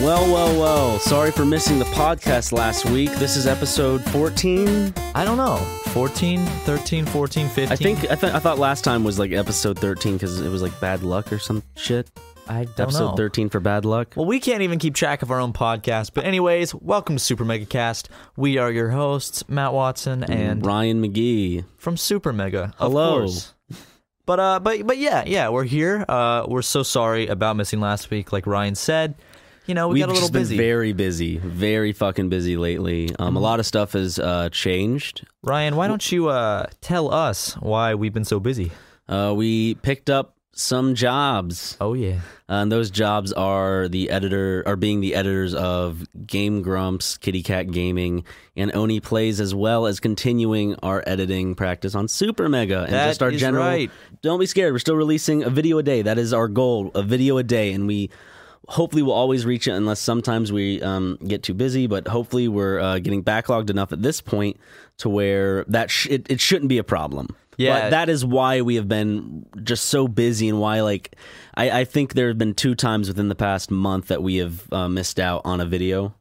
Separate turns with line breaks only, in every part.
Well, well, well. Sorry for missing the podcast last week. This is episode 14.
I don't know. 14, 13, 14, 15.
I think I, th- I thought last time was like episode 13 because it was like bad luck or some shit.
I don't
Episode
know.
13 for bad luck.
Well, we can't even keep track of our own podcast. But anyways, welcome to Super Mega Cast. We are your hosts, Matt Watson and
Ryan McGee.
from Super Mega. Of
Hello.
course. But uh but but yeah, yeah, we're here. Uh we're so sorry about missing last week like Ryan said. You know, we
We've
got a little
just been
busy. Mm-hmm.
very busy, very fucking busy lately. Um, a lot of stuff has uh, changed.
Ryan, why don't you uh tell us why we've been so busy?
Uh, we picked up some jobs.
Oh yeah.
Uh, and those jobs are the editor, are being the editors of Game Grumps, Kitty Cat Gaming, and Oni Plays, as well as continuing our editing practice on Super Mega and
That
just our
is
general.
right.
Don't be scared. We're still releasing a video a day. That is our goal, a video a day, and we hopefully will always reach it unless sometimes we um, get too busy. But hopefully we're uh, getting backlogged enough at this point to where that sh- it, it shouldn't be a problem.
Yeah.
But that is why we have been just so busy and why, like, I, I think there have been two times within the past month that we have uh, missed out on a video.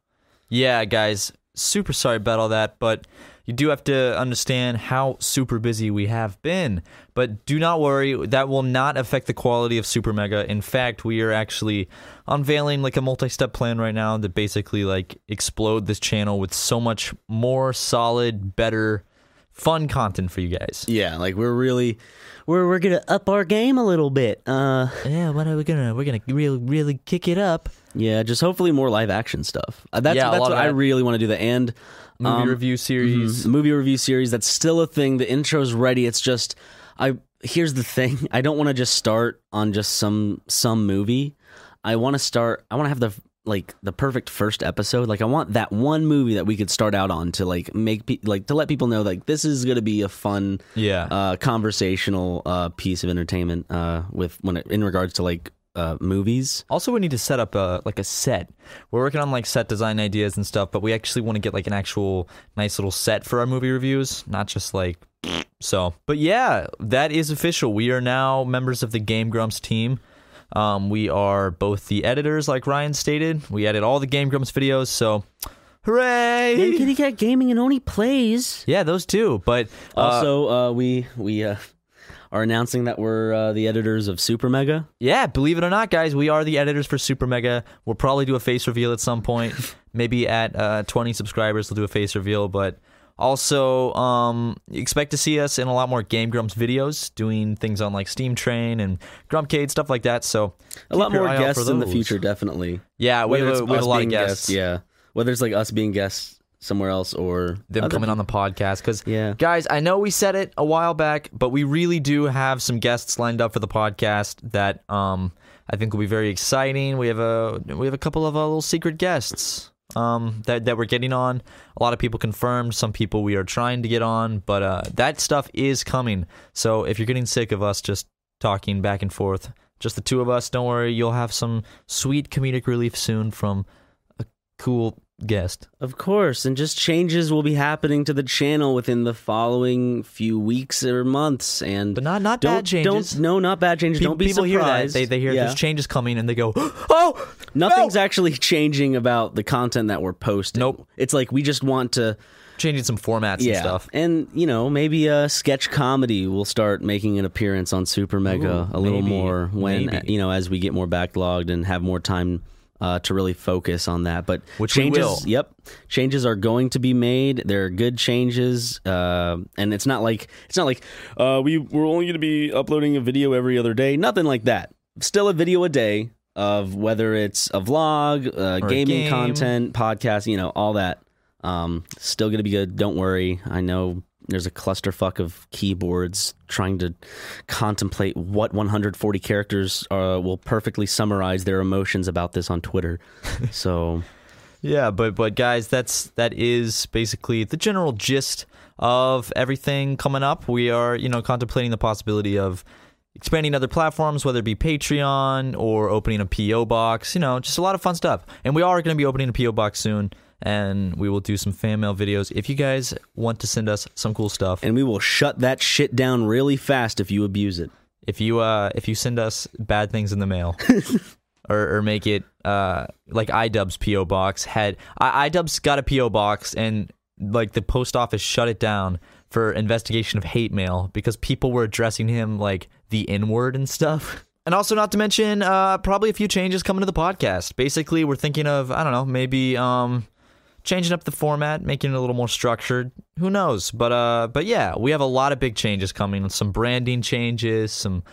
Yeah, guys, super sorry about all that, but you do have to understand how super busy we have been. But do not worry, that will not affect the quality of Super Mega. In fact, we are actually unveiling like a multi-step plan right now to basically like explode this channel with so much more solid, better, fun content for you guys.
Yeah, like we're really, we're we're gonna up our game a little bit. Uh,
Yeah, what are we gonna? We're gonna really, really kick it up.
yeah, just hopefully more live action stuff. Uh, that's
Yeah, a
that's
lot
what
of
I
that.
really want to do. The and
Movie review series.
movie review series. That's still a thing. The intro's ready. It's just I here's the thing. I don't want to just start on just some some movie. I want to start. I want to have the like the perfect first episode. Like I want that one movie that we could start out on to like make pe- like to let people know like this is gonna be a fun
Yeah.
uh, conversational uh, piece of entertainment uh, with when it, in regards to like uh, movies.
Also, we need to set up a like a set. We're working on like set design ideas and stuff, but we actually want to get like an actual nice little set for our movie reviews, not just like so. But yeah, that is official. We are now members of the Game Grumps team. Um, we are both the editors, like Ryan stated. We edit all the Game Grumps videos, so hooray!
Kitty Cat Gaming and Oni plays.
Yeah, those two. But uh,
Also, uh, we we uh, are announcing that we're uh, the editors of Super Mega.
Yeah, believe it or not, guys, we are the editors for Super Mega. We'll probably do a face reveal at some point. Maybe at uh, 20 subscribers, we'll do a face reveal. But also, um, expect to see us in a lot more Game Grumps videos, doing things on like Steam Train and Grumpcade, stuff like that. So,
A lot
keep your
more
eye out for
guests in the
those.
future, definitely.
Yeah, we
Whether
have,
it's
a- we have a
us
lot of
being
guests.
yeah. Whether it's like us being guests somewhere else or
them coming on the podcast because
Yeah.
guys i know we said it a while back but we really do have some guests lined up for the podcast that um i think will be very exciting we have a we have a couple of uh, little secret guests um that, that we're getting on a lot of people confirmed some people we are trying to get on but uh that stuff is coming so if you're getting sick of us just talking back and forth just the two of us don't worry you'll have some sweet comedic relief soon from a cool guest.
Of course, and just changes will be happening to the channel within the following few weeks or months. And
But not not
don't,
bad changes.
Don't no, not bad changes.
Pe-
don't be
people hear that.
surprised.
They, they hear
Yeah.
there's changes coming and they go, oh,
Nothing's actually changing about the content that we're posting.
Nope.
It's like we just want to
changing some formats and
yeah.
stuff.
And you know, maybe a sketch comedy will start making an appearance on Super Mega
Ooh,
a little
maybe,
more when
maybe.
you know as we get more backlogged and have more time uh, to really focus on that. But
Which we
changes,
will.
yep, changes are going to be made. There are good changes, uh, and it's not like it's not like uh, we we're only going to be uploading a video every other day. Nothing like that. Still a video a day of whether it's a vlog, uh,
Or a
gaming
game.
content, podcast, you know, all that. Um, still gonna be good. Don't worry. I know there's a clusterfuck of keyboards trying to contemplate what 140 characters uh, will perfectly summarize their emotions about this on Twitter. So
Yeah, but but guys, that's that is basically the general gist of everything coming up. We are, you know, contemplating the possibility of expanding other platforms, whether it be Patreon or opening a PO box, you know, just a lot of fun stuff. And we are going to be opening a PO box soon and we will do some fan mail videos if you guys want to send us some cool stuff.
and we will shut that shit down really fast if you abuse it.
if you uh if you send us bad things in the mail or, or make it uh like idubbbz po box had I, idubbbz got a po box and like the post office shut it down for investigation of hate mail because people were addressing him like the n word and stuff and also not to mention uh probably a few changes coming to the podcast basically we're thinking of i don't know maybe um changing up the format, making it a little more structured. Who knows? But uh, but yeah, we have a lot of big changes coming. Some branding changes, some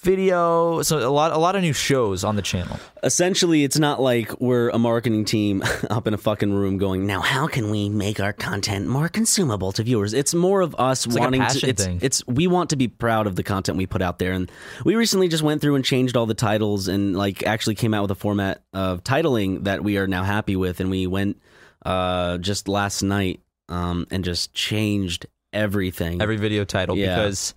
video, so a lot a lot of new shows on the channel.
Essentially, it's not like we're a marketing team up in a fucking room going, now how can we make our content more consumable to viewers? It's more of us
like a
wanting
passion
to. It's,
thing.
it's we want to be proud of the content we put out there, and we recently just went through and changed all the titles, and like actually came out with a format of titling that we are now happy with, and we went uh, just last night um, and just changed everything.
Every video title
Yeah.
because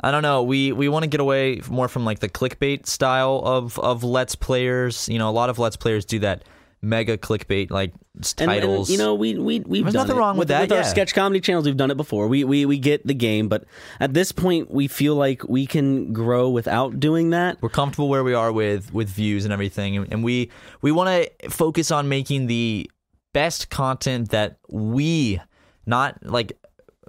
I don't know. We we want to get away more from like the clickbait style of of let's players. You know, a lot of let's players do that mega clickbait like s-
and, and,
titles.
you know, we we we've
There's
done
nothing
it.
wrong with that,
With our
yeah.
sketch comedy channels, we've done it before. We we we get the game, but at this point, we feel like we can grow without doing that.
we're comfortable where we are with with views and everything and, and we we want to focus on making the best content that we not like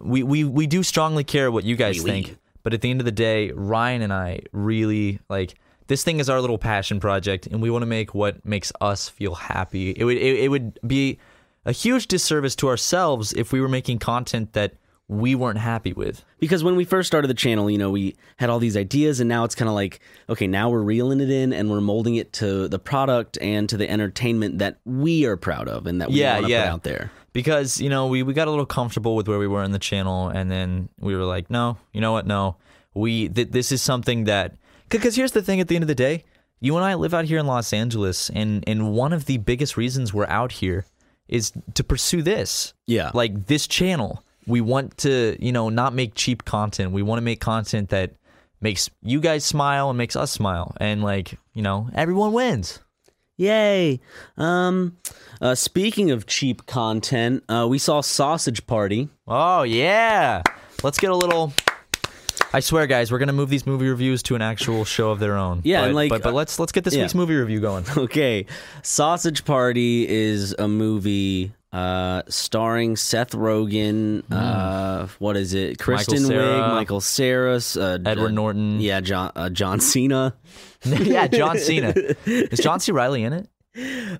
we we, we do strongly care what you guys
We- we.
think but at the end of the day ryan and i really like this thing is our little passion project and we want to make what makes us feel happy it would it, it would be a huge disservice to ourselves if we were making content that we weren't happy with
Because when we first started the channel, you know, we had all these ideas, and now it's kind of like, okay, now we're reeling it in and we're molding it to the product and to the entertainment that we are proud of and that we
Yeah,
want to put
yeah.
out there.
because you know we, we got a little comfortable with where we were in the channel and then we were like no you know what no we th- this is something that because here's the thing at the end of the day you and i live out here in los angeles and and one of the biggest reasons we're out here is to pursue this
Yeah.
like this channel we want to you know not make cheap content we want to make content that makes you guys smile and makes us smile and like you know everyone wins
Yay! Um, uh, speaking of cheap content, uh, we saw Sausage Party.
Oh yeah. Let's get a little I swear guys, we're gonna move these movie reviews to an actual show of their own.
Yeah,
but,
and like- uh,
but, but let's let's get this
yeah.
week's movie review going.
Okay, Sausage Party is a movie uh, starring Seth Rogen. Uh, what is it? Kristen
Cera.
Wiig, Michael Cera, uh,
Edward
uh,
Norton.
Yeah, John uh, John Cena.
yeah, John Cena. Is John C. Riley in it?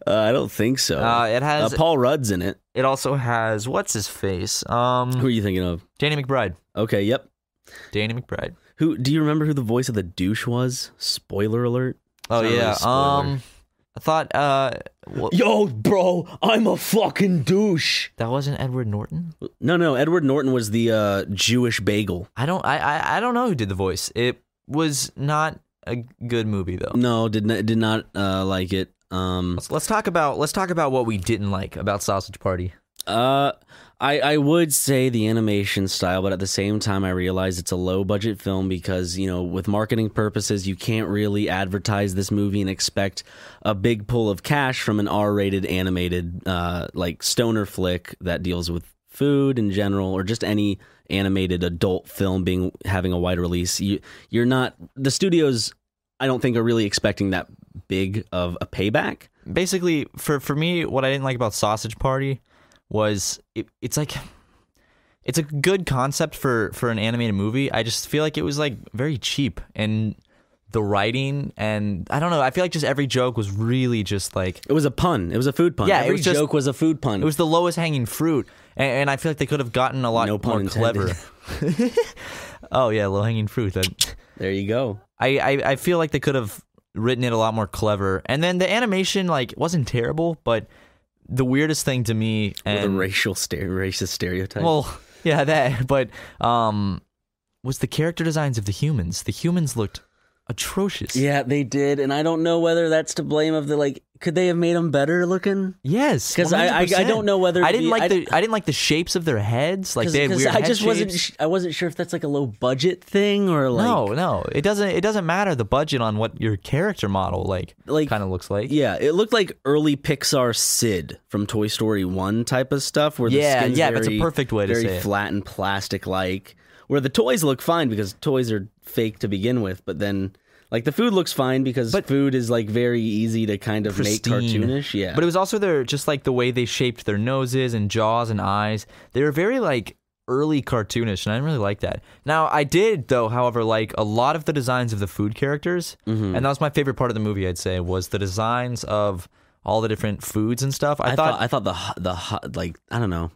Uh, I don't think so.
Uh, it has-
uh, Paul Rudd's in it.
It also has what's his face?
Who
Um
are you thinking of?
Danny McBride.
Okay, yep.
Danny McBride.
Who do you remember who the voice of the douche was? Spoiler alert.
Oh
It's not really
yeah.
a spoiler.
um I thought uh wha-
Yo, bro, I'm a fucking douche.
that wasn't Edward Norton?
No, no, Edward Norton was the uh, Jewish bagel.
I don't I, I I don't know who did the voice. It was not a good movie though.
No, did not did not uh, like it. Um,
Let's, let's talk about let's talk about what we didn't like about Sausage Party.
Uh, I, I would say the animation style, but at the same time, I realize it's a low budget film because, you know, with marketing purposes, you can't really advertise this movie and expect a big pull of cash from an R rated animated, uh, like stoner flick that deals with food in general or just any animated adult film being having a wide release. You, you're not, the studios, I don't think, are really expecting that big of a payback.
basically for for me what i didn't like about sausage party was it, it's like it's a good concept for for an animated movie i just feel like it was like very cheap and the writing and i don't know i feel like just every joke was really just like
It was a pun. It was a food pun.
Yeah, it
every
was just-
joke was a food pun.
it was the lowest hanging fruit and, and i feel like they could have gotten a lot
No pun
more
intended.
clever oh yeah low hanging fruit that
there you go.
I, I I feel like they could have written it a lot more clever. And then the animation like wasn't terrible, but the weirdest thing to me
With a
and
racial stere- racist stereotype.
well, yeah, that. But um, was the character designs of the humans. The humans looked atrocious.
yeah, they did, and I don't know whether that's to blame of the like. Could they have made them better looking?
Yes,
'Cause I- I- I
100%.
don't know whether
I
the-
didn't like
I-
the I didn't like the shapes of their heads. Like they had weird
I
head
just wasn't.
shapes.
sh- I wasn't sure if that's like a low budget thing or like.
no, no, it doesn't. It doesn't matter the budget on what your character model like,
Like-
kind of looks like.
Yeah, it looked like early Pixar Sid from Toy Story One type of stuff. Where
Yeah,
the skin's
yeah,
very,
that's a perfect way to
very
say it.
flat and plastic like. Where the toys look fine because toys are fake to begin with, but then like the food looks fine because food is like very easy to kind of make
pristine.
cartoonish. Yeah,
But it was also their just like the way they shaped their noses and jaws and eyes. They were very like early cartoonish, and I didn't really like that. Now I did though, however, like a lot of the designs of the food characters,
Mm-hmm.
and that was my favorite part of the movie. I'd say was the designs of all the different foods and stuff. I,
I
thought,
thought, I thought the ho- the hot like I don't know,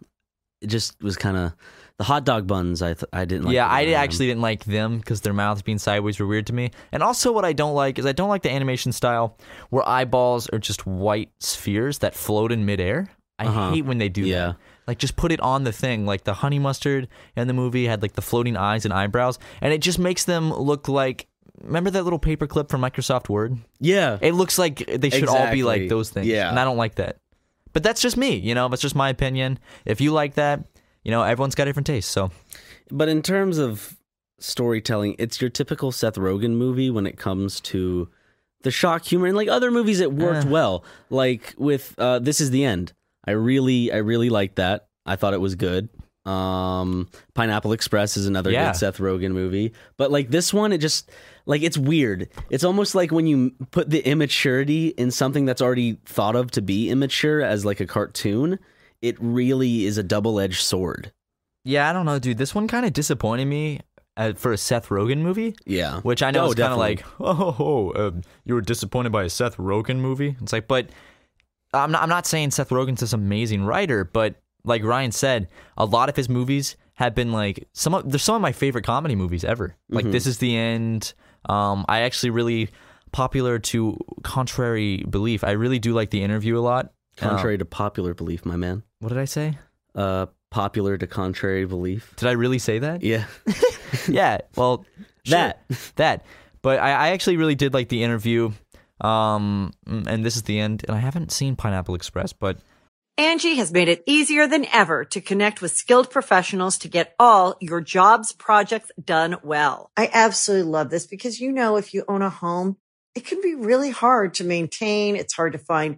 it just was kind of the hot dog buns. I th- I didn't like.
yeah,
the
I
design.
actually didn't like them because their mouths being sideways were weird to me. And also, what I don't like is I don't like the animation style where eyeballs are just white spheres that float in midair. I
Uh-huh.
hate when they do
Yeah.
that. Like, just put it on the thing. Like, the honey mustard in the movie had like the floating eyes and eyebrows, and it just makes them look like. Remember that little paperclip from Microsoft Word?
yeah.
It looks like they should all be
Exactly.
like those things.
Yeah.
And I don't like that. But that's just me, you know? That's just my opinion. If you like that, you know, everyone's got different tastes. So,
But in terms of storytelling, it's your typical Seth Rogen movie when it comes to the shock humor and like other movies it worked well. Like with uh This Is the End. I really I really liked that. I thought it was good. Um Pineapple Express is another
Yeah.
good Seth Rogen movie. But like this one it just like it's weird. It's almost like when you m- put the immaturity in something that's already thought of to be immature as like a cartoon, it really is a double-edged sword.
Yeah, I don't know, dude. This one kind of disappointed me uh, for a Seth Rogen movie,
Yeah.
which I know
Oh,
is kind of
definitely.
like, oh, oh, oh, um, you were disappointed by a Seth Rogen movie. It's like, but I'm not. I'm not saying Seth Rogen's this amazing writer, but like Ryan said, a lot of his movies have been like some. Of, they're some of my favorite comedy movies ever. Like
Mm-hmm.
This Is the End. Um, I actually really popular to contrary belief. I really do like the interview a lot. Um,
Contrary to popular belief, my man.
what did I say?
Uh, popular to contrary belief.
Did I really say that?
Yeah.
yeah. Well,
That.
sure, that. But I, I actually really did like the interview. Um, and this is the end. And I haven't seen Pineapple Express, but
Angie has made it easier than ever to connect with skilled professionals to get all your jobs projects done well. I absolutely love this because, you know, if you own a home, it can be really hard to maintain. It's hard to find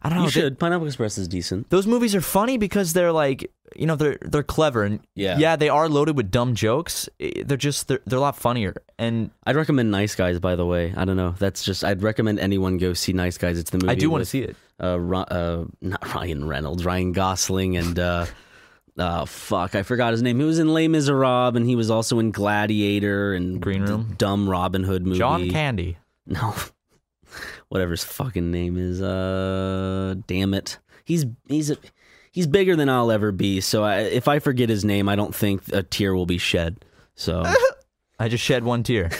I don't know.
you
th-
should. Pineapple Express is decent.
those movies are funny because they're like you know they're they're clever and
Yeah.
yeah they are loaded with dumb jokes. Eh, They're just they're, they're a lot funnier and
I'd recommend Nice Guys. By the way, I don't know. That's just I'd recommend anyone go see Nice Guys. It's the movie
I do want to
with,
see it.
uh, Ro- uh not Ryan Reynolds, Ryan Gosling, and uh, oh fuck, I forgot his name. He was in Les Miserables, and he was also in Gladiator and
Green
d-
Room?
dumb Robin Hood movie.
John Candy.
no, whatever his fucking name is. Uh, damn it, he's he's a, he's bigger than I'll ever be. So I, if I forget his name, I don't think a tear will be shed. So.
I just shed one tear.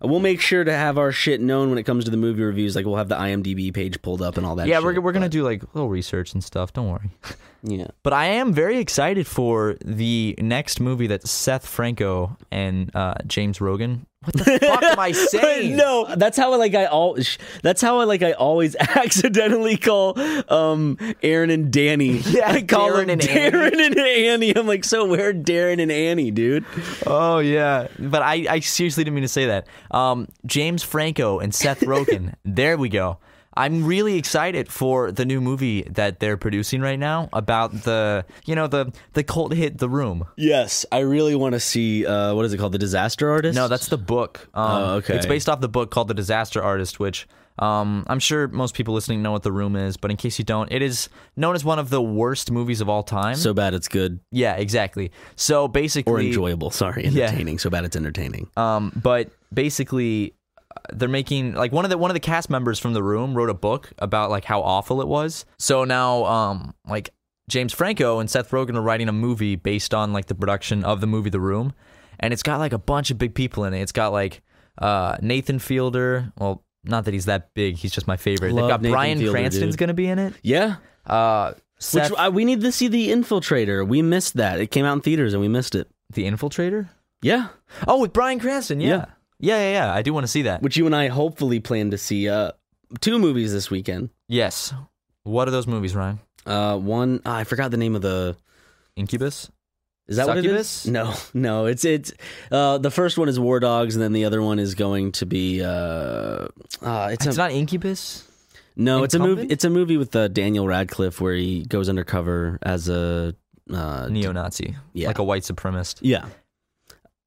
We'll make sure to have our shit known when it comes to the movie reviews. Like we'll have the IMDb page pulled up and all that.
yeah,
shit,
we're we're gonna
but-
do like a little research and stuff. Don't worry.
Yeah,
But I am very excited for the next movie that Seth Franco and uh, James Rogan. What the fuck am I saying?
no, that's how like I all. sh- That's how I like I always accidentally call um Aaron and Danny.
Yeah,
I call
Darren
them
and
Darren and Annie. I'm like, so where Darren and Annie, dude?
Oh yeah, but I, I seriously didn't mean to say that. Um, James Franco and Seth Rogen. there we go. I'm really excited for the new movie that they're producing right now about the you know the the cult hit The Room.
Yes, I really want to see. Uh, what is it called? The Disaster Artist?
No, that's the book. Um,
Oh, okay.
It's based off the book called The Disaster Artist, which um, I'm sure most people listening know what The Room is, but in case you don't, it is known as one of the worst movies of all time.
so bad it's good
yeah, exactly. So basically,
or enjoyable. Sorry, entertaining. So bad it's entertaining.
um, but basically, uh, they're making like one of the one of the cast members from the room wrote a book about like how awful it was. So now, um, like James Franco and Seth Rogen are writing a movie based on like the production of the movie The Room, and it's got like a bunch of big people in it. It's got like uh, Nathan Fielder. Well, not that he's that big. He's just my favorite.
Love
They've got
Nathan
Brian
Fielder,
Cranston's
dude.
gonna be in it.
yeah,
Uh, Seth,
Which I, we need to see the infiltrator. We missed that. It came out in theaters and we missed it.
the Infiltrator.
Yeah,
Oh, with Brian Cranston.
Yeah.
Yeah, yeah, yeah. yeah, I do want to see that.
which you and I hopefully plan to see. Uh, two movies this weekend.
Yes. What are those movies, Ryan?
Uh, one ah, I forgot the name of the.
Incubus.
Is that
Succubus?
what it is? No, no. It's it's. Uh, the first one is War Dogs, and then the other one is going to be. Uh, uh it's,
It's
a
not Incubus.
no. It's a movie.
Incumbent?
It's a movie with uh, Daniel Radcliffe where he goes undercover as a. Uh,
Neo-Nazi.
Yeah.
Like a white supremacist.
yeah.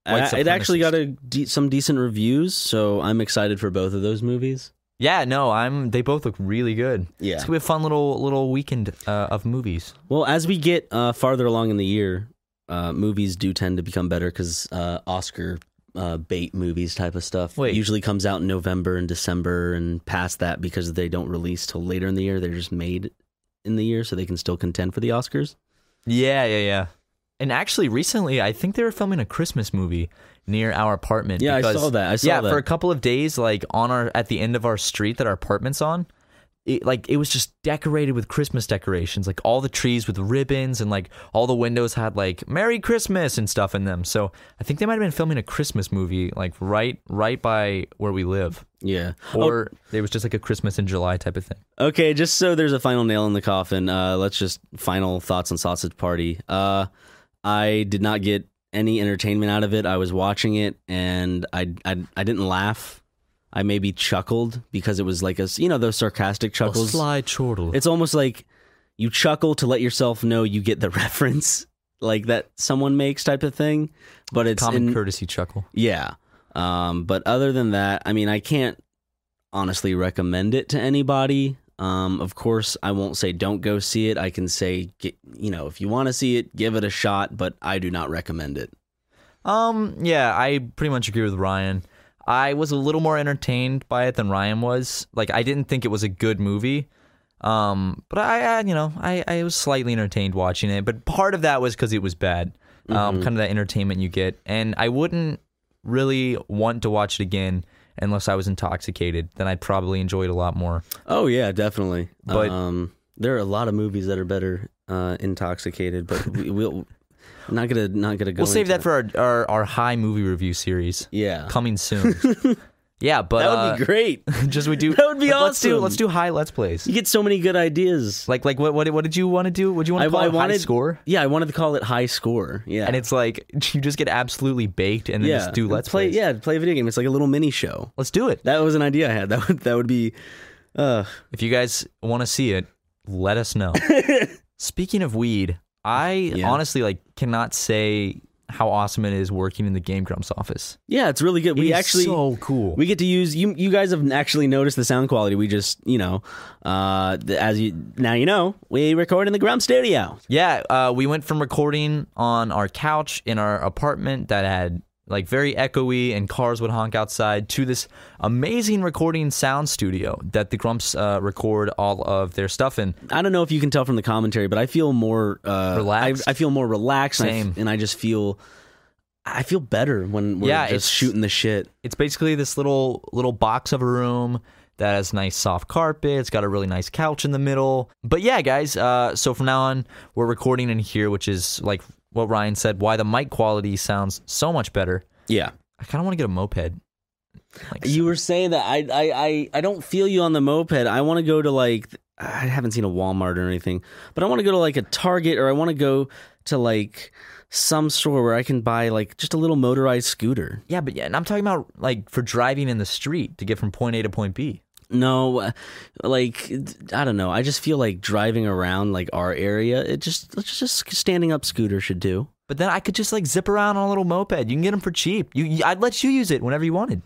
White
I- it actually
supremacist.
got a de- some decent reviews, so I'm excited for both of those movies.
Yeah. No. I'm. They both look really good.
Yeah.
It's gonna be a fun little little weekend uh, of movies.
Well, as we get uh, farther along in the year, uh, movies do tend to become better because uh, Oscar uh, bait movies type of stuff
Wait.
usually comes out in November and December and past that because they don't release till later in the year. They're just made in the year so they can still contend for the Oscars.
Yeah. Yeah. Yeah. And actually, recently, I think they were filming a Christmas movie near our apartment.
Yeah, I
because-
saw that. I saw
yeah,
that.
for a couple of days, like on our at the end of our street that our apartment's on, it, like it was just decorated with Christmas decorations, like all the trees with ribbons and like all the windows had like Merry Christmas and stuff in them. So I think they might have been filming a Christmas movie like right right by where we live,
Yeah.
or it was just like a Christmas in July type of thing.
Okay, just so there's a final nail in the coffin, uh, let's just final thoughts on Sausage Party. Uh, I did not get any entertainment out of it. I was watching it and I, I, I didn't laugh. I maybe chuckled because it was like a s- you know those sarcastic chuckles.
Sly chortle.
It's almost like you chuckle to let yourself know you get the reference like that someone makes type of thing. But it's
common
in-
courtesy chuckle.
yeah. Um, but other than that, I mean, I can't honestly recommend it to anybody. Um, of course, I won't say don't go see it. I can say, get, you know, if you want to see it, give it a shot, but I do not recommend it.
Um, yeah, I pretty much agree with Ryan. I was a little more entertained by it than Ryan was. Like, I didn't think it was a good movie. Um, but I, I you know, I, I was slightly entertained watching it. But part of that was because it was bad.
Mm-hmm.
Um, kind of that entertainment you get. And I wouldn't really want to watch it again unless I was intoxicated. Then I'd probably enjoy it a lot more.
Oh, yeah, definitely.
But-
um, there are a lot of movies that are better uh, intoxicated, but we, we'll not gonna not gonna go.
We'll save
into
that for our, our, our high movie review series
yeah. Uh,
coming soon. yeah, but
That would be great.
great. just we do
That would be
let's- Let's do
awesome.
let's do high let's plays.
you get so many good ideas.
Like like what what what did you want to do? Would you want to call it high score?
Yeah, I wanted to call it high score. Yeah,
And it's like you just get absolutely baked and then just do
and
let's
play.
plays.
Yeah, play a video game. It's like a little mini show.
Let's do it.
That was an idea I had. That would that would be. Uh,
If you guys want to see it, let us know. Speaking of weed, I
Yeah.
honestly like cannot say how awesome it is working in the Game Grumps office.
Yeah, it's really good. We
It's
actually
so cool.
We get to use you. You guys have actually noticed the sound quality. We just you know, uh, th- as you now you know, we record in the Grump Studio.
Yeah, uh, we went from recording on our couch in our apartment that had like very echoey and cars would honk outside to this amazing recording sound studio that the Grumps uh, record all of their stuff in.
I don't know if you can tell from the commentary, but I feel more uh,
Relaxed?
I, I feel more relaxed, and I f-
Same.
and I just feel. I feel better when we're
Yeah,
just
it's-
shooting the shit.
It's basically this little little box of a room that has nice soft carpet. It's got a really nice couch in the middle. But yeah, guys. Uh, so from now on, we're recording in here, which is like what Ryan said. Why the mic quality sounds so much better.
Yeah.
I kind of want to get a moped. Like,
You were saying that I I I, I don't feel you on the moped. I want to go to like I haven't seen a Walmart or anything, but I want to go to like a Target or I want to go to like some store where I can buy like just a little motorized scooter.
Yeah, but yeah, and I'm talking about like for driving in the street to get from point A to point B.
No, uh, like I don't know. I just feel like driving around like our area. It just it's just standing up scooter should do.
But then I could just like zip around on a little moped. You can get them for cheap. You, you- I'd let you use it whenever you wanted.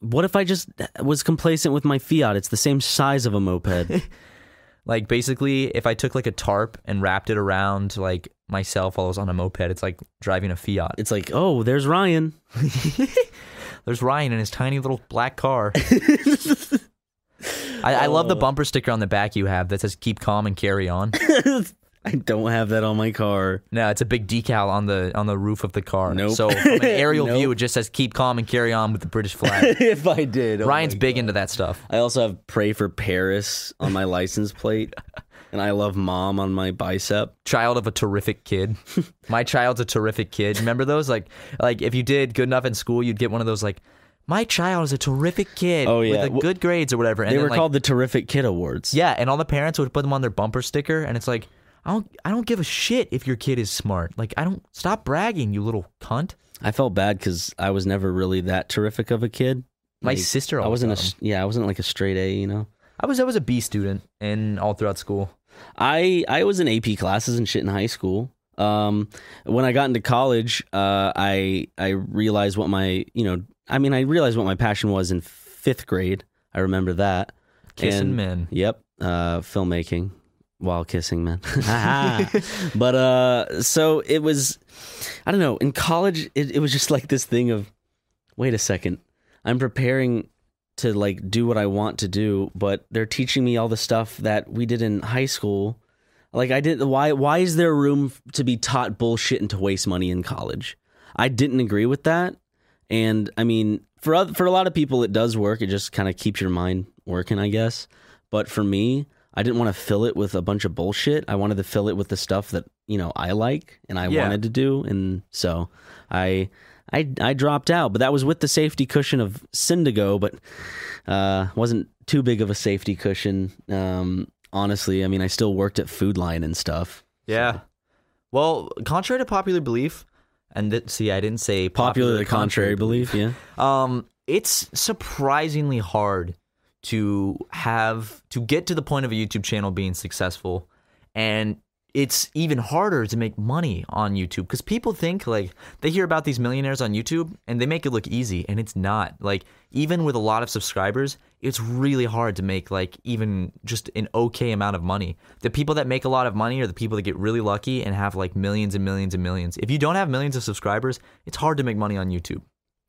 What if I just uh, was complacent with my Fiat? It's the same size of a moped.
Like basically, if I took like a tarp and wrapped it around like myself while I was on a moped, it's like driving a Fiat.
it's like, oh, there's Ryan.
There's Ryan in his tiny little black car. I, I
Oh.
love the bumper sticker on the back you have that says "Keep calm and carry on."
I don't have that on my car.
No, it's a big decal on the on the roof of the car.
Nope.
So from an aerial
Nope.
view, it just says "Keep calm and carry on" with the British flag.
if I did, oh
Ryan's
my-
big into that stuff.
I also have "Pray for Paris" on my license plate, and I love "Mom" on my bicep.
child of a terrific kid. my child's a terrific kid. Remember those? Like, like if you did good enough in school, you'd get one of those. Like, my child is a terrific kid.
Oh, yeah.
with the
Well,
good grades or whatever. And
They
then,
were
like-
called the Terrific Kid Awards.
yeah, and all the parents would put them on their bumper sticker, and it's like, I don't, I don't give a shit if your kid is smart. Like, I don't stop bragging, you little cunt.
I felt bad because I was never really that terrific of a kid.
My
Like,
sister,
I
always
wasn't a
got 'em.
s- yeah, I wasn't like a straight A, you know.
I was, I was a B student, and all throughout school.
I I was in AP classes and shit in high school. Um, when I got into college, uh, I I realized what my you know I mean I realized what my passion was in fifth grade. I remember that
Kissing men.
Yep, uh, filmmaking while kissing men. but uh, so it was. I don't know. In college, it, it was just like this thing of, wait a second, I'm preparing to like do what I want to do, but they're teaching me all the stuff that we did in high school. Like I didn't. Why? Why is there room f- to be taught bullshit and to waste money in college? I didn't agree with that, and I mean, for oth- for a lot of people, it does work. It just kind of keeps your mind working, I guess. But for me, I didn't want to fill it with a bunch of bullshit. I wanted to fill it with the stuff that you know I like and I
Yeah.
wanted to do, and so I. I, I dropped out, but that was with the safety cushion of Syndigo, but uh, wasn't too big of a safety cushion. Um, honestly, I mean, I still worked at Food Line and stuff.
Yeah. Well, contrary to popular belief, and th- see, I didn't say
Popular to the contrary belief, yeah.
Um, it's surprisingly hard to have to get to the point of a YouTube channel being successful, and it's even harder to make money on YouTube because people think like they hear about these millionaires on YouTube and they make it look easy, and it's not. Like even with a lot of subscribers, it's really hard to make like even just an okay amount of money. The people that make a lot of money are the people that get really lucky and have like millions and millions and millions. If you don't have millions of subscribers, it's hard to make money on YouTube.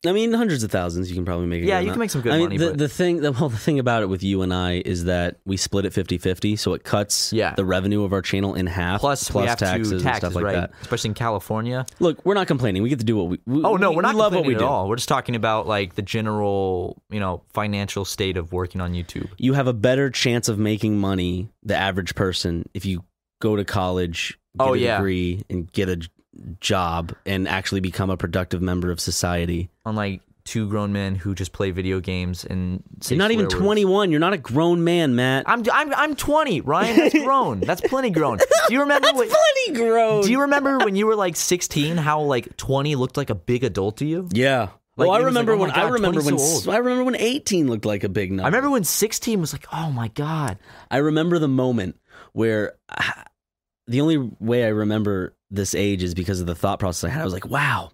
I mean, hundreds of thousands. You can probably make. A
Yeah,
good
you
amount.
can make some good
I mean,
money,
The,
but-
the thing, the, well, the thing about it with you and I is that we split it 50-50, so it cuts
Yeah.
the revenue of our channel in half.
plus, we have
taxes,
to taxes
and stuff like
right?
that.
Especially in California.
Look, we're not complaining. We get to do what we. we
Oh no,
we-
we're not
we love what
complaining
we
at
do.
all. We're just talking about like the general, you know, financial state of working on YouTube.
you have a better chance of making money, the average person, if you go to college, get
Oh,
a
yeah.
degree, and get a j- job and actually become a productive member of society.
Unlike two grown men who just play video games and say
You're not even
swear words.
21. You're not a grown man, Matt.
I'm I'm I'm 20, Ryan. That's grown. That's plenty grown. Do you remember what?
bloody grown.
Do you remember when you were like 16? How like 20 looked like a big adult to you?
yeah.
Like,
well, I
it was
remember
like, oh
when
my
I
God,
remember
20
when
's so
s- I remember when 18 looked like a big number.
I remember when 16 was like, oh my god.
I remember the moment where I, the only way I remember this age is because of the thought process I had. I was like, wow,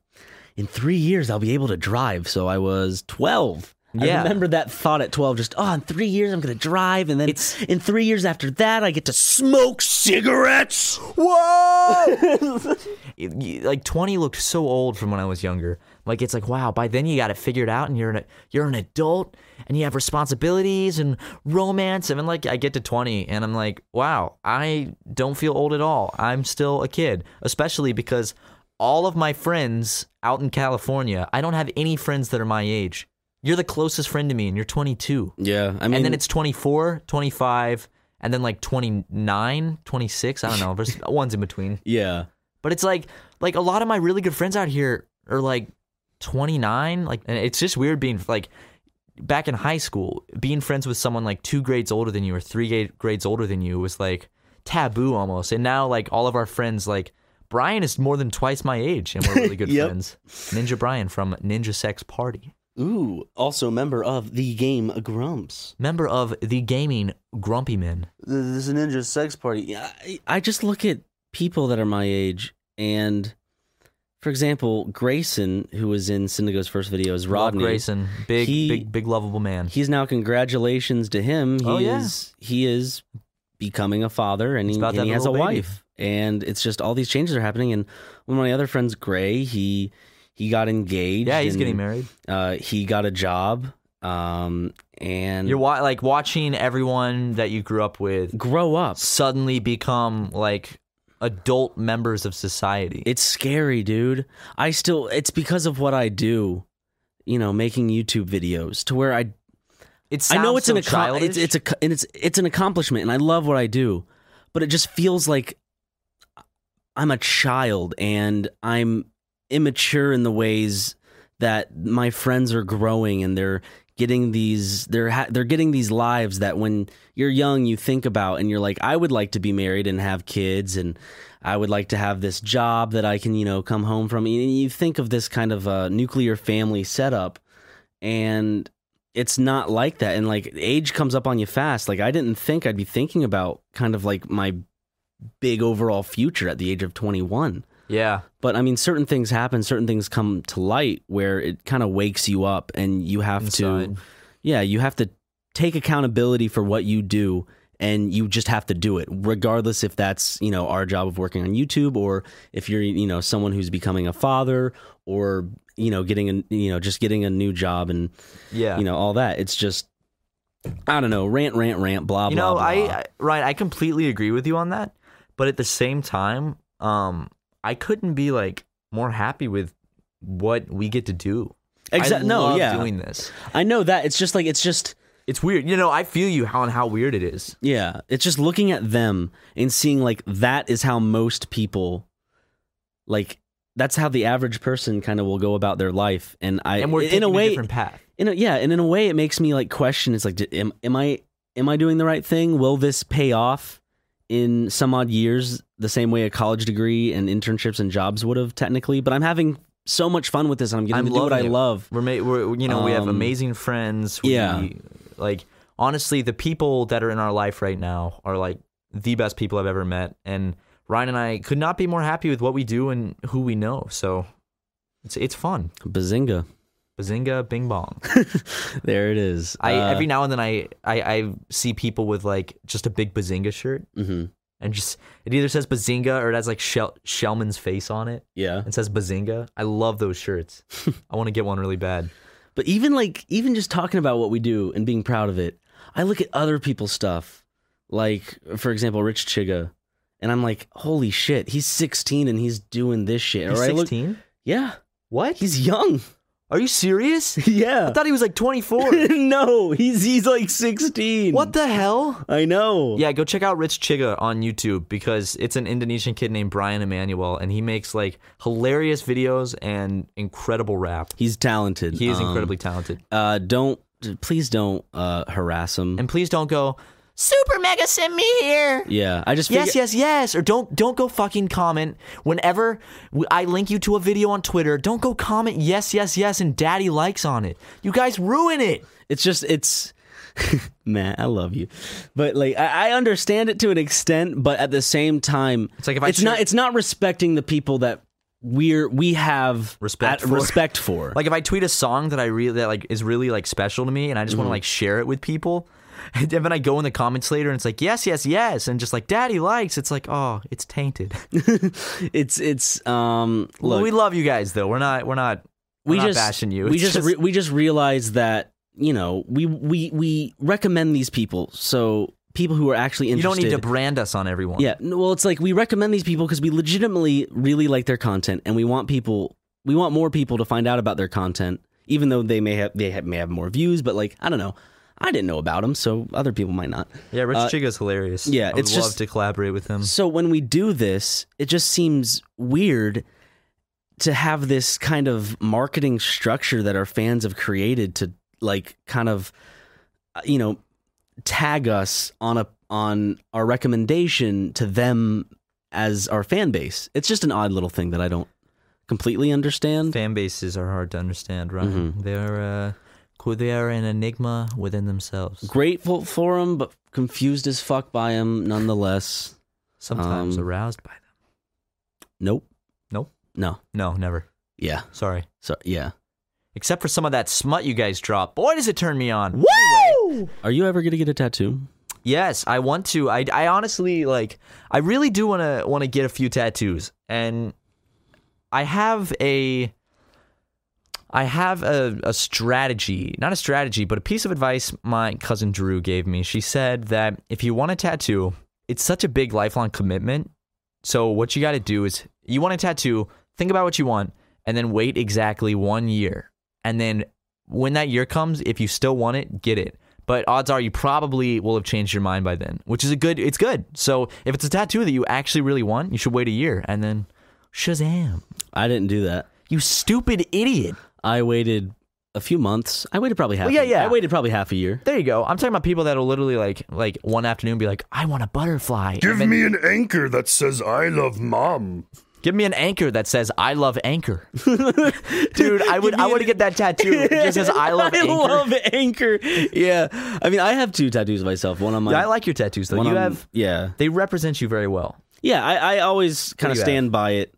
in three years I'll be able to drive. So I was 12. I
Yeah.
remember that thought at 12, just, oh, in three years I'm going to drive. And then it's, in three years after that, I get to smoke cigarettes.
Whoa! It- you- like 20 looked so old from when I was younger. Like it's like wow, by then you got it figured out and you're an you're an adult and you have responsibilities and romance and then like I get to 20 and I'm like, wow, I don't feel old at all. I'm still a kid, especially because all of my friends out in California, I don't have any friends that are my age. You're the closest friend to me and you're 22
Yeah. I mean,
and then it's 24 25 and then like 29 26 i don't know there's ones in between
yeah.
but it's like like a lot of my really good friends out here are like 29 like and it's just weird being like back in high school being friends with someone like two grades older than you or three ga- grades older than you was like taboo almost and now like all of our friends like brian is more than twice my age and we're really good
Yep.
friends ninja brian from ninja sex party
Ooh, also member of the game Grumps.
member of the gaming grumpy men
This is Ninja Sex Party. Yeah, I, I just look at people that are my age, and for example, Grayson, who was in Syndigo's first video, is
Rob
Rodney.
Grayson, big,
He-
big, big, lovable man.
He's now congratulations to him. He
Oh, yeah.
is he is becoming a father, and he,
He's about
and
to
he
have a
has a
little baby.
wife. And it's just all these changes are happening. And one of my other friends, Gray, he he got engaged.
yeah, he's
and,
getting married.
Uh, he got a job. Um, and
You're wa- like watching everyone that you grew up with
grow up.
suddenly become like adult members of society.
It's scary, dude. I still it's because of what I do, you know, making YouTube videos to where I
It
I know
sounds
it's
so
an acco-
childish.
it's it's a co- and it's it's an accomplishment and I love what I do, but it just feels like I'm a child and I'm immature in the ways that my friends are growing and they're getting these they're ha- they're getting these lives that when you're young you think about and you're like I would like to be married and have kids and I would like to have this job that I can you know come home from and you think of this kind of uh, nuclear family setup and it's not like that and like age comes up on you fast like I didn't think I'd be thinking about kind of like my big overall future at the age of 21
yeah,
but I mean, certain things happen, certain things come to light where it kind of wakes you up and you have
inside.
to, yeah, you have to take accountability for what you do and you just have to do it, regardless if that's, you know, our job of working on YouTube or if you're, you know, someone who's becoming a father or, you know, getting a, you know, just getting a new job and,
yeah.
you know, all that. It's just, I don't know, rant, rant, rant, blah,
you
blah,
know,
blah.
I, I Ryan, I completely agree with you on that. But at the same time, um, I couldn't be like more happy with what we get to do.
Exa-
I
no,
love
yeah.
doing this.
I know that. It's just like, it's just,
It's weird, you know. I feel you how and how weird it is.
Yeah, it's just looking at them and seeing like that is how most people like that's how the average person kind of will go about their life and I
and we're
in a way
different path.
in a, yeah, and in a way it makes me like question it's like d- am, am I am I doing the right thing? Will this pay off in some odd years the same way a college degree and internships and jobs would have technically, but I'm having so much fun with this and I'm getting
I'm
to do what I
loving it.
love.
We're, ma- we're you know we have
Um,
amazing friends. We,
yeah.
like honestly, the people that are in our life right now are like the best people I've ever met, and Ryan and I could not be more happy with what we do and who we know. So it's it's fun.
Bazinga.
Bazinga, bing bong.
There it is.
I
Uh,
every now and then I, I I see people with like just a big Bazinga shirt
mhm.
and just it either says Bazinga or it has like Shell, Shellman's face on it
Yeah.
and says Bazinga. I love those shirts. I want to get one really bad.
But even like even just talking about what we do and being proud of it, I look at other people's stuff. Like for example, Rich Chiga, and I'm like, holy shit, he's 16 and he's doing this shit.
He's
or I look,
16.
yeah,
What?
he's young.
Are you serious? I
yeah,
thought he was like 24.
no, he's he's like 16.
what the hell?
I know.
Yeah, go check out Rich Chiga on YouTube because it's an Indonesian kid named Brian Emmanuel, and he makes like hilarious videos and incredible rap.
he's talented.
He is
Um,
incredibly talented.
Uh, don't please don't uh harass him.
And please don't go super mega send me here.
yeah, I just
Yes,
figure-
yes, yes. Or don't don't go fucking comment whenever w- I link you to a video on Twitter. Don't go comment yes, yes, yes, and daddy likes on it. You guys ruin it.
It's just it's Matt, I love you, but like I, I understand it to an extent, but at the same time,
It's like if I
it's not
cheer-
it's not respecting the people that we're we have
Respect
at-
for.
respect for.
Like if I tweet a song that I really that like is really like special to me, and I just want
Mm-hmm.
to like share it with people, and then I go in the comments later, and it's like yes, yes, yes, and just like Daddy likes. It's like oh, it's tainted.
it's it's um look,
we love you guys though. We're not we're not we're
we
not
just
bashing you.
We
It's
just,
just-
re- we just realize that you know we we we recommend these people, so people who are actually
you don't
interested.
need to brand us on everyone.
Yeah, n- well, it's like we recommend these people because we legitimately really like their content, and we want people, we want more people to find out about their content, even though they may have they have, may have more views, but like I don't know, I didn't know about them, so other people might not.
yeah. Rich
Uh,
Chiga's hilarious.
yeah,
I would
it's
love
just-
to collaborate with him.
So when we do this, it just seems weird to have this kind of marketing structure that our fans have created to like kind of uh, you know tag us on a on our recommendation to them as our fan base. It's just an odd little thing that I don't completely understand.
Fan bases are hard to understand, right?
Mm-hmm.
They're uh, cool, they are an enigma within themselves.
Grateful for him, but confused as fuck by him nonetheless.
Sometimes
Um,
aroused by them.
Nope.
Nope.
No.
No, never.
Yeah.
Sorry.
So yeah.
Except for some of that smut you guys drop. Boy, does it turn me on.
Are you ever gonna get a tattoo?
Yes, I want to. I, I honestly like. I really do want to want to get a few tattoos, and I have a. I have a, a strategy, not a strategy, but a piece of advice my cousin Drew gave me. She said that if you want a tattoo, it's such a big lifelong commitment. So, what you got to do is you want a tattoo, think about what you want, and then wait exactly one year. And then when that year comes, if you still want it, get it. But odds are you probably will have changed your mind by then, which is a good, it's good. So, if it's a tattoo that you actually really want, you should wait a year and then shazam.
I didn't do that.
You stupid idiot.
I waited a few months. I waited probably half.
yeah,
a-
yeah.
I waited probably half a year.
There you go. I'm talking about people that'll literally like like one afternoon be like, I want a butterfly. Give
me an anchor that says I love mom.
Give me an anchor that says "I love anchor," dude. I would I would get that tattoo. It just says "I love
I
anchor."
love anchor. Yeah, I mean, I have two tattoos of myself. One on my.
Yeah, I like your tattoos though.
one
you
on-
have
Yeah,
they represent you very well.
yeah. I, I always kind
do
of
you
stand by it.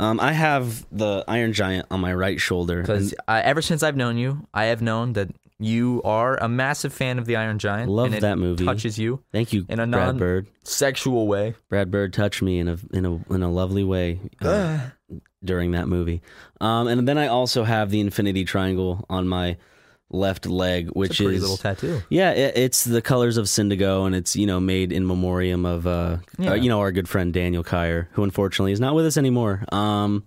Um, I have the Iron Giant on my right shoulder.
Because uh, ever since I've known you, I have known that you are a massive fan of the Iron Giant.
Love
and it
that movie.
Touches you
Thank you,
in a
Brad
non-
Bird.
sexual way.
Brad Bird touched me in a in a in a lovely way uh, during that movie. Um, and then I also have the Infinity Triangle on my left leg, which
It's a pretty
is
little tattoo.
Yeah, it, it's the colors of Syndigo, and it's you know made in memoriam of uh,
Yeah.
uh, you know our good friend Daniel Kyer, who unfortunately is not with us anymore. Um,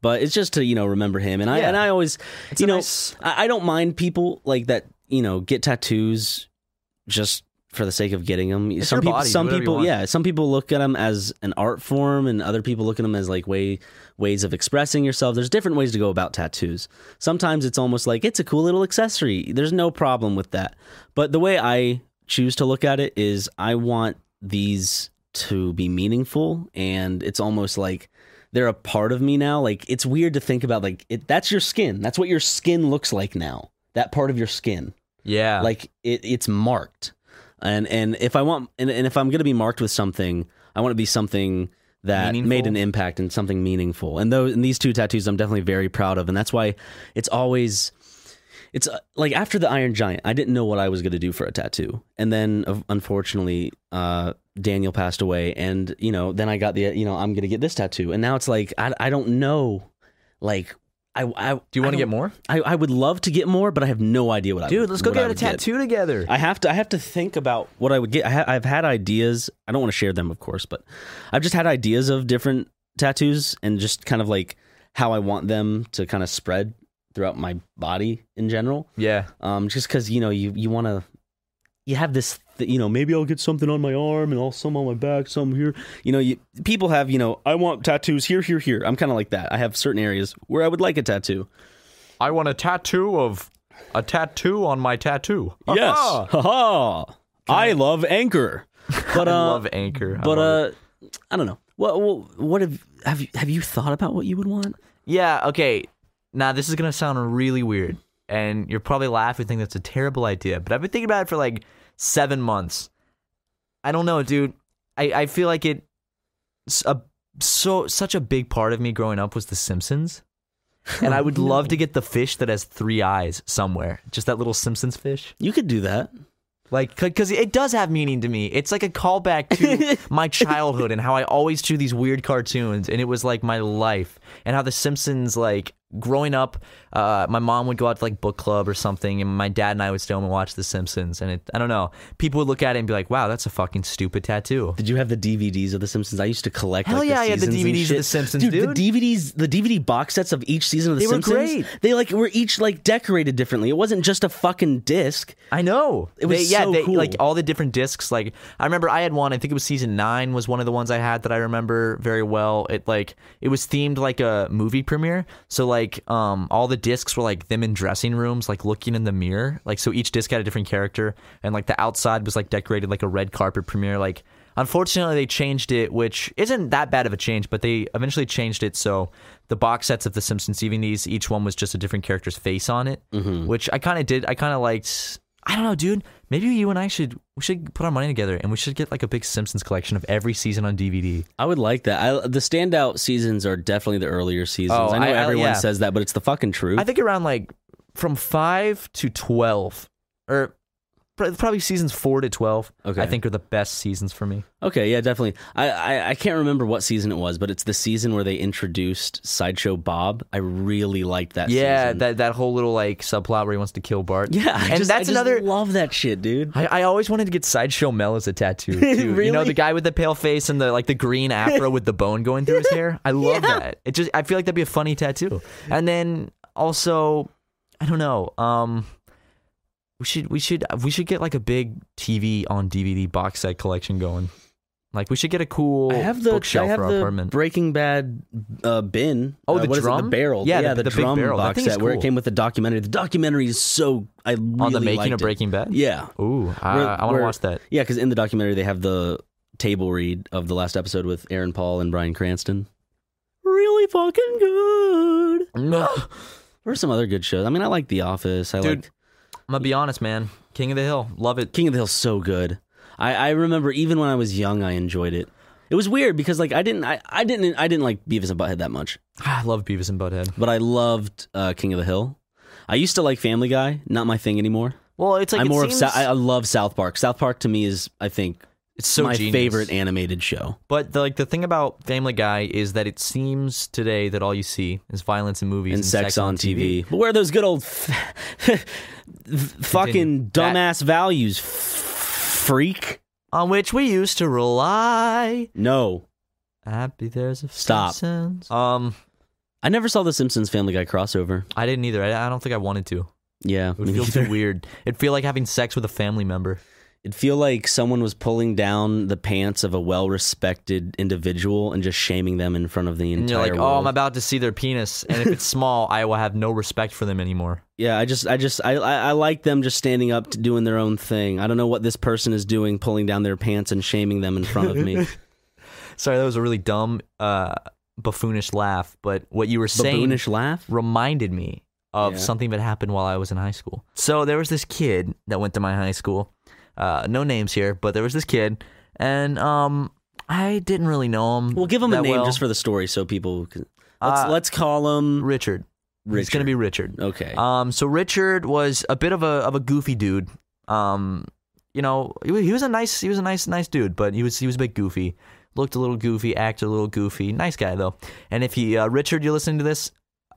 but it's just to you know remember him, and I
Yeah.
and I always you
a
know
nice-
I, I don't mind people like that you know get tattoos just for the sake of getting them. some
your
people,
body, do
some
whatever you
people,
want.
yeah, some people look at them as an art form, and other people look at them as like way ways of expressing yourself. There's different ways to go about tattoos. Sometimes it's almost like it's a cool little accessory. There's no problem with that. But the way I choose to look at it is, I want these to be meaningful, and it's almost like they're a part of me now. Like it's weird to think about. Like it, that's your skin. That's what your skin looks like now. That part of your skin
Yeah,
like it, it's marked and and if i want and, and if i'm going to be marked with something i want to be something that made
Meaningful?
an impact and something meaningful and those and these two tattoos i'm definitely very proud of and that's why it's always it's uh, like after the iron giant i didn't know what i was going to do for a tattoo and then uh, unfortunately uh daniel passed away and you know then i got the uh, you know i'm going to get this tattoo and now it's like i, I don't know like I, I
Do you
I
want to get
don't-
more,
I, I would love to get more, but I have no idea what I
dude?
would-
Let's go
what I
get a
would
tattoo together.
I have to. I have to think about what I would get. I ha- I've had ideas. I don't want to share them, of course, but I've just had ideas of different tattoos and just kind of like how I want them to kind of spread throughout my body in general.
yeah,
Um, just because you know you you want to, you have this. Th- you know, maybe I'll get something on my arm and I'll some on my back, some here. You know, you, people have you know I want tattoos here, here, here. I'm kind of like that. I have certain areas where I would like a tattoo.
I want a tattoo of a tattoo on my tattoo.
Yes, ha ha. I love anchor. But
I
uh,
love anchor. I
but
love it.
uh, I don't know. What what, what have, have you have you thought about what you would want?
yeah, okay. Now this is gonna sound really weird, and you're probably laughing, think that's a terrible idea. But I've been thinking about it for like seven months. I don't know, dude. I, I feel like it. s- A, so such a big part of me growing up was The Simpsons, and I would love to get the fish that has three eyes somewhere. Just that little Simpsons fish,
You could do that.
like because it does have meaning to me. It's like a callback to my childhood and how I always drew these weird cartoons, and it was like my life. And how The Simpsons, like growing up, uh, my mom would go out to like book club or something, and my dad and I would stay home and watch The Simpsons. And it, I don't know, people would look at it and be like, "Wow, that's a fucking stupid tattoo."
Did you have the DVDs of The Simpsons? I used to collect.
Hell
like,
yeah, I
the
had the
seasons and
DVDs of The
shit.
Simpsons, dude.
The DVDs, the DVD box sets of each season of The
They were
Simpsons.
great.
They like were each like decorated differently. It wasn't just a fucking disc.
I know.
It was
They- yeah,
so
they,
cool.
like all the different discs. Like I remember I had one, I think it was season nine was one of the ones I had that I remember very well. It like it was themed like a movie premiere. So like um all the discs were like them in dressing rooms, like looking in the mirror. Like so each disc had a different character and like the outside was like decorated like a red carpet premiere. Like unfortunately they changed it, which isn't that bad of a change, but they eventually changed it so the box sets of the Simpsons DVDs, each one was just a different character's face on it.
Mm-hmm.
Which I kinda did I kinda liked I don't know, dude. Maybe you and I should we should put our money together and we should get like a big Simpsons collection of every season on DVD.
I would like that. I, the standout seasons are definitely the earlier seasons.
Oh,
I know
I- I-
everyone
yeah.
says that, but it's the fucking truth.
I think around like from five to twelve, or pr- probably seasons four to twelve.
Okay.
I think are the best seasons for me.
okay, yeah, definitely. I, I I can't remember what season it was, but it's the season where they introduced Sideshow Bob. I really liked that.
yeah,
season.
that that whole little like subplot where he wants to kill Bart.
yeah. I
and
just- I
that's
just
another.
Love that shit, dude.
I, I always wanted to get sideshow Mel as a tattoo. Too. You know
Really?
the guy with the pale face and the like the green afro with the bone going through his hair. I love that. It just I feel like that'd be a funny tattoo. And then also, I don't know. Um, we should we should we should get like a big TV on DVD box set collection going. Like we should get a cool
I have the
bookshelf
I have
for our
the
apartment.
Breaking Bad uh, bin.
Oh,
Uh,
the
what is it?
drum?
The barrel.
Yeah, the-
the,
the big
drum
barrel. That
box
thing is
set where it
cool.
came with the documentary. The documentary is so I really
on the making
liked
of
it.
Breaking Bad.
Yeah,
Ooh, I,
Where-
I want to
where-
watch that.
yeah, because in the documentary they have the table read of the last episode with Aaron Paul and Brian Cranston. Really fucking good.
I'm
Or some other good shows. I mean, I like The Office. I
Dude.
like
gonna be honest, man. King of the Hill, love it.
King of the Hill. So good. I, I remember even when I was young, I enjoyed it. It was weird because like I didn't I, I didn't I didn't like Beavis and Butthead that much.
I love Beavis and Butthead.
but I loved uh, King of the Hill. I used to like Family Guy, not my thing anymore.
Well, it's like
I'm
it
more
seems,
of Sou- I, I love South Park. South Park to me is, I think,
it's so
my
genius.
favorite animated show.
But the, like the thing about Family Guy is that it seems today that all you see is violence in movies
And, sex, on TV. But where are those good old f- fucking
That-
dumbass values, f- freak?
on which we used to rely.
No,
Happy there's a
Stop.
Simpsons. Um,
I never saw the Simpsons Family Guy crossover.
I didn't either. I, I don't think I wanted to.
Yeah,
It would
me
feel
neither.
too weird. It'd feel like having sex with a family member.
It'd feel like someone was pulling down the pants of a well-respected individual and just shaming them in front of the
And you're
entire
like,
world.
oh, I'm about to see their penis, and if it's small, I will have no respect for them anymore.
Yeah, I just, I just, I, I, I like them just standing up to doing their own thing. I don't know what this person is doing, pulling down their pants and shaming them in front of me.
Sorry, that was a really dumb, uh, buffoonish laugh. But what you were saying
Baboonish laugh.
reminded me of
Yeah.
something that happened while I was in high school. So there was this kid that went to my high school. Uh, no names here, but there was this kid, and um, I didn't really know him.
We'll give him a
that
name
well.
just for the story, so people. Can, let's
Uh,
let's call him
Richard.
Richard.
It's gonna be Richard.
okay.
Um, so Richard was a bit of a of a goofy dude. Um, you know, he wa- he was a nice he was a nice nice dude, but he was he was a bit goofy. Looked a little goofy, acted a little goofy. Nice guy though. And if he uh, Richard, you're listening to this,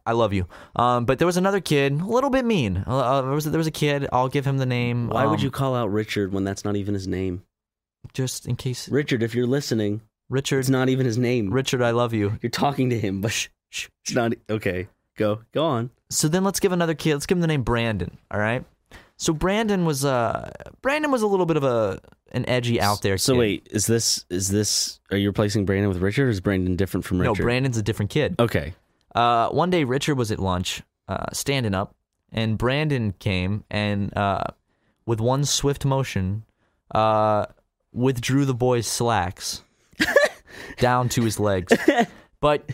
I love you. Um, but there was another kid, a little bit mean. Uh, Uh, there was there was a kid. I'll give him the name.
Why would
um,
you call out Richard when that's not even his name?
just in case
Richard, if you're listening,
Richard?
it's not even his name.
Richard, I love you.
You're talking to him, but shh, shh, it's not. Okay, go go on.
so then let's give another kid let's give him the name brandon all right so brandon was uh brandon was a little bit of a an edgy out there
So
kid.
wait, is this is this? Are you replacing Brandon with Richard? or Is Brandon different from
no
Richard? Oh.
brandon's a different kid
Okay.
uh one day richard was at lunch uh standing up and brandon came and uh with one swift motion uh withdrew the boy's slacks down to his legs but